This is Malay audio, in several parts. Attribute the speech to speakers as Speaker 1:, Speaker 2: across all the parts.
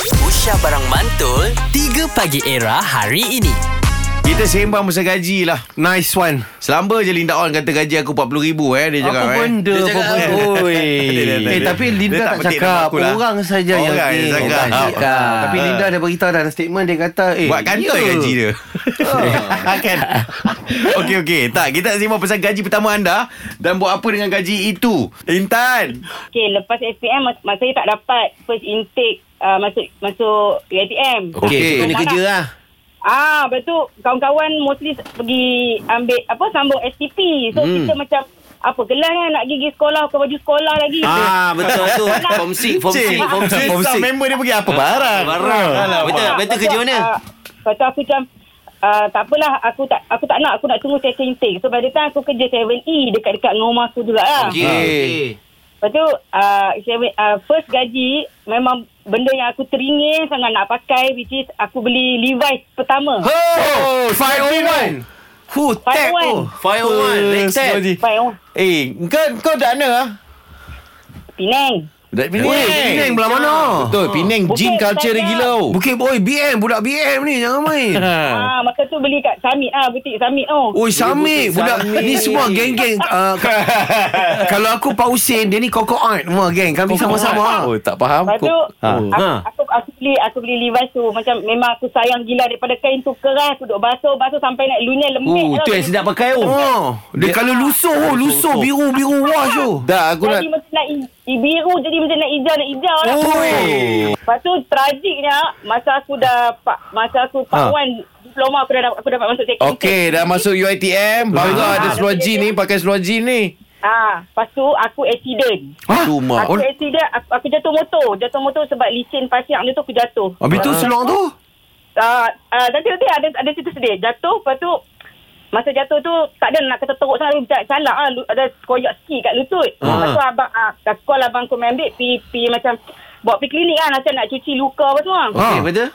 Speaker 1: Aisyah Barang Mantul 3 Pagi Era hari ini
Speaker 2: Kita sembang pasal gaji lah
Speaker 3: Nice one
Speaker 2: Selamba je Linda On kata gaji aku 40,000 eh Dia cakap
Speaker 3: Apa
Speaker 2: eh.
Speaker 3: benda
Speaker 1: Dia
Speaker 3: Apa
Speaker 1: cakap,
Speaker 3: benda Oi.
Speaker 2: Dia- dia- dia-
Speaker 3: Eh tapi
Speaker 2: dia
Speaker 3: Linda
Speaker 2: tak
Speaker 3: tak,
Speaker 2: petik nama
Speaker 3: cakap
Speaker 2: aku lah.
Speaker 3: Orang saja yang
Speaker 2: Orang yang
Speaker 3: eh,
Speaker 2: cakap.
Speaker 3: orang cakap. Tapi Linda dah beritahu dalam statement Dia kata eh,
Speaker 2: Buat kantoi
Speaker 3: ya.
Speaker 2: gaji dia Kan Okey okey Tak kita nak sembang pasal gaji pertama anda Dan buat apa dengan gaji itu Intan
Speaker 4: Okay, lepas SPM mas- masa saya tak dapat first intake uh, masuk masuk UiTM.
Speaker 2: Okey.
Speaker 3: Okey so, kena
Speaker 4: Tak
Speaker 3: kerja lah
Speaker 4: Ah, lepas tu kawan-kawan mostly pergi ambil apa sambung STP. So
Speaker 5: Hmm.
Speaker 4: kita macam apa kelas kan nak gigi sekolah ke baju sekolah lagi.
Speaker 5: Ah betul tu form 6 form 6 form 6 form
Speaker 2: Sisa
Speaker 5: 6
Speaker 2: member dia pergi apa barang
Speaker 5: Barang. Betul.
Speaker 4: Ah,
Speaker 5: betul kerja
Speaker 4: lepas tu,
Speaker 5: mana?
Speaker 4: ah, Lepas tu aku macam Uh, tak apalah aku tak aku tak nak aku nak tunggu second intake so by the time aku kerja 7E dekat-dekat dengan rumah aku juga lah
Speaker 5: Okey. Okey.
Speaker 4: Lepas tu uh, saya, uh, First gaji Memang Benda yang aku teringin Sangat nak pakai Which is Aku beli Levi's pertama
Speaker 2: Oh,
Speaker 3: Hu tag
Speaker 4: Five oh
Speaker 3: tu
Speaker 4: one.
Speaker 5: 501 next step
Speaker 4: Baik oh,
Speaker 2: Eh, kau kau dah mana ah?
Speaker 4: Penang
Speaker 2: Dah Penang.
Speaker 3: Oi, Penang belah mana?
Speaker 2: Betul, Penang
Speaker 4: Bukan,
Speaker 2: gin culture dia
Speaker 4: saya-
Speaker 2: gila. oh.
Speaker 3: Bukit Oi BM Budak BM ni Jangan main
Speaker 4: ah. masa tu beli kat Summit ah, Butik Summit oh.
Speaker 3: Oi Samik Budak
Speaker 5: Samik.
Speaker 3: ni semua geng-geng uh, ka- Kalau aku Pak Husin Dia ni kokok art Semua geng Kami sama-sama
Speaker 2: Oh, tak faham.
Speaker 4: Lepas tu
Speaker 2: Kau-
Speaker 3: Ha.
Speaker 4: aku, aku, aku, beli Aku beli Levi's tu Macam memang aku sayang gila Daripada kain tu keras Aku duduk basuh-basuh Sampai nak lunyai lembik
Speaker 5: Oh tu yang sedap pakai oh
Speaker 3: Oh, dia kalau lusuh, oh, lusuh biru-biru wah tu.
Speaker 2: Dah aku nak
Speaker 4: jadi macam nak i- i- biru Jadi macam nak hijau Nak hijau lah Lepas tu tragiknya Masa aku dah pa- Masa aku Pak
Speaker 2: Ha.
Speaker 4: Wan Diploma aku dah dapat, aku dapat masuk second
Speaker 2: Okey, dah masuk UiTM. Baru
Speaker 4: Ah.
Speaker 2: ada seluar jean ni, pakai seluar jean ni.
Speaker 4: Ah, lepas tu aku accident.
Speaker 3: Hah?
Speaker 2: Tu mak.
Speaker 4: Aku accident, aku, aku jatuh motor. Jatuh motor sebab licin pasir dia tu aku jatuh.
Speaker 2: Oh,
Speaker 3: Habis tu seluar tu?
Speaker 4: Ah, ah, nanti nanti ada ada cerita sedih. Jatuh, lepas tu masa jatuh tu tak ada nak kata teruk sangat macam salah ah, lu- ada koyak sikit kat lutut.
Speaker 2: Ha.
Speaker 4: Lepas tu abang ah, aku call abang aku main ambil pi pi macam buat pergi klinik kan macam nak cuci luka apa semua.
Speaker 2: Ha.
Speaker 5: Okey
Speaker 2: Ah.
Speaker 5: betul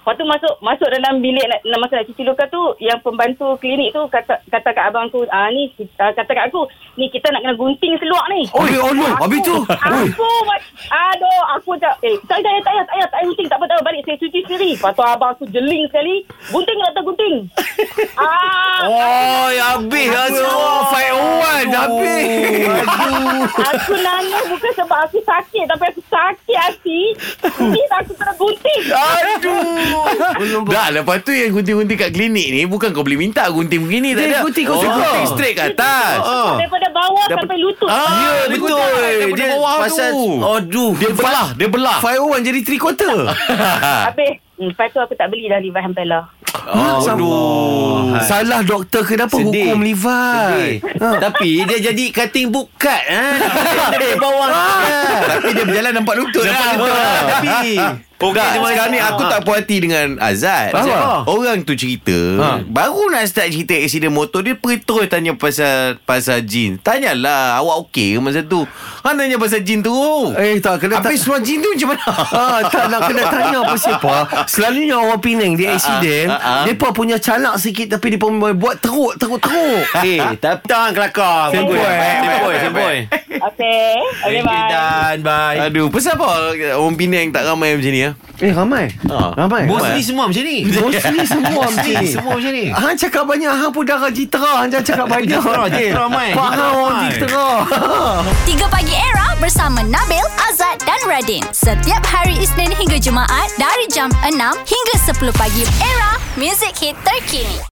Speaker 4: Lepas tu masuk masuk dalam bilik nak, nak masa nak cuci luka tu yang pembantu klinik tu kata kata kat abang aku ah ni ah, kata kat aku ni kita nak kena gunting seluar ni.
Speaker 3: Oi, oh no, habis tu. Oi.
Speaker 4: Aku mat- Aduh Aku tak Eh tak payah tak payah Tak payah tak payah gunting Tak apa tak apa Balik saya cuci sendiri Lepas tu abang aku jeling sekali Gunting tak tak gunting ah,
Speaker 5: Oh ya habis lah semua
Speaker 3: Oh, fight one habis.
Speaker 4: Aku nangis bukan sebab aku sakit Tapi aku sakit hati Ini aku kena gunting
Speaker 2: Aduh. Dah, lepas tu yang gunting-gunting kat klinik ni bukan kau boleh minta gunting begini tak
Speaker 3: Dia
Speaker 2: ada.
Speaker 3: gunting kau
Speaker 2: Dia
Speaker 3: suka.
Speaker 2: gunting straight kat atas.
Speaker 4: oh. Daripada bawah
Speaker 2: Dapat-
Speaker 4: sampai lutut
Speaker 5: Ya
Speaker 2: Ah,
Speaker 5: betul
Speaker 2: Daripada
Speaker 5: Dia
Speaker 2: bawah
Speaker 5: pasal
Speaker 2: tu.
Speaker 5: Aduh
Speaker 2: Dia belah, dia belah.
Speaker 3: 501 jadi 3 quarter.
Speaker 4: Habis hmm, Lepas tu aku tak beli dah Levi's Hampella
Speaker 5: Aduh
Speaker 3: Salah doktor kenapa
Speaker 5: Sedih.
Speaker 3: hukum Levi? Ha.
Speaker 5: Sedih. Tapi dia jadi cutting book cut ha? Dia bawah
Speaker 3: Ah.
Speaker 2: Tapi dia berjalan nampak lutut
Speaker 5: Nampak
Speaker 2: lah.
Speaker 5: lutut lah, tapi.
Speaker 2: Okey,
Speaker 5: Okey, terima kasih.
Speaker 2: sekarang ni aku
Speaker 5: Ah.
Speaker 2: tak puas hati dengan Azad.
Speaker 3: Kenapa?
Speaker 2: Orang tu cerita,
Speaker 5: Ha.
Speaker 2: baru nak start cerita aksiden motor, dia pergi terus tanya pasal pasal jin. Tanyalah, awak okey ke masa tu? Han tanya pasal jin tu.
Speaker 3: Eh tak kena tak
Speaker 2: Habis seluar jin tu macam mana?
Speaker 3: Ah, tak nak kena tanya apa siapa Selalunya orang Penang Dia accident
Speaker 2: ah, ah.
Speaker 3: Mereka punya calak sikit Tapi dia pun buat teruk Teruk-teruk
Speaker 5: Eh tapi Tahan kelakar
Speaker 3: Sempoi, eh.
Speaker 5: Sempoi Sempoi
Speaker 4: Okay Okay
Speaker 5: Thank you
Speaker 4: bye
Speaker 5: Dan Bye
Speaker 2: Aduh, pasal apa orang Penang tak ramai macam ni ya?
Speaker 3: Eh ramai
Speaker 2: Ah.
Speaker 3: Ramai
Speaker 5: Bos
Speaker 2: Ramai,
Speaker 5: ni
Speaker 2: eh?
Speaker 5: semua macam ni
Speaker 3: Bos ni semua macam
Speaker 5: Ni
Speaker 3: ni
Speaker 5: semua macam ni
Speaker 3: Hang cakap banyak Hang pun darah jitera Hang jangan cakap banyak
Speaker 5: Jitera, jitera, Mai.
Speaker 3: Pak Hang orang
Speaker 5: Jitera, Mai.
Speaker 3: jitera
Speaker 6: 3 Pagi Era bersama Nabil, Azad dan Radin. Setiap hari Isnin hingga Jumaat dari jam 6 hingga 10 pagi. Era, music hit terkini.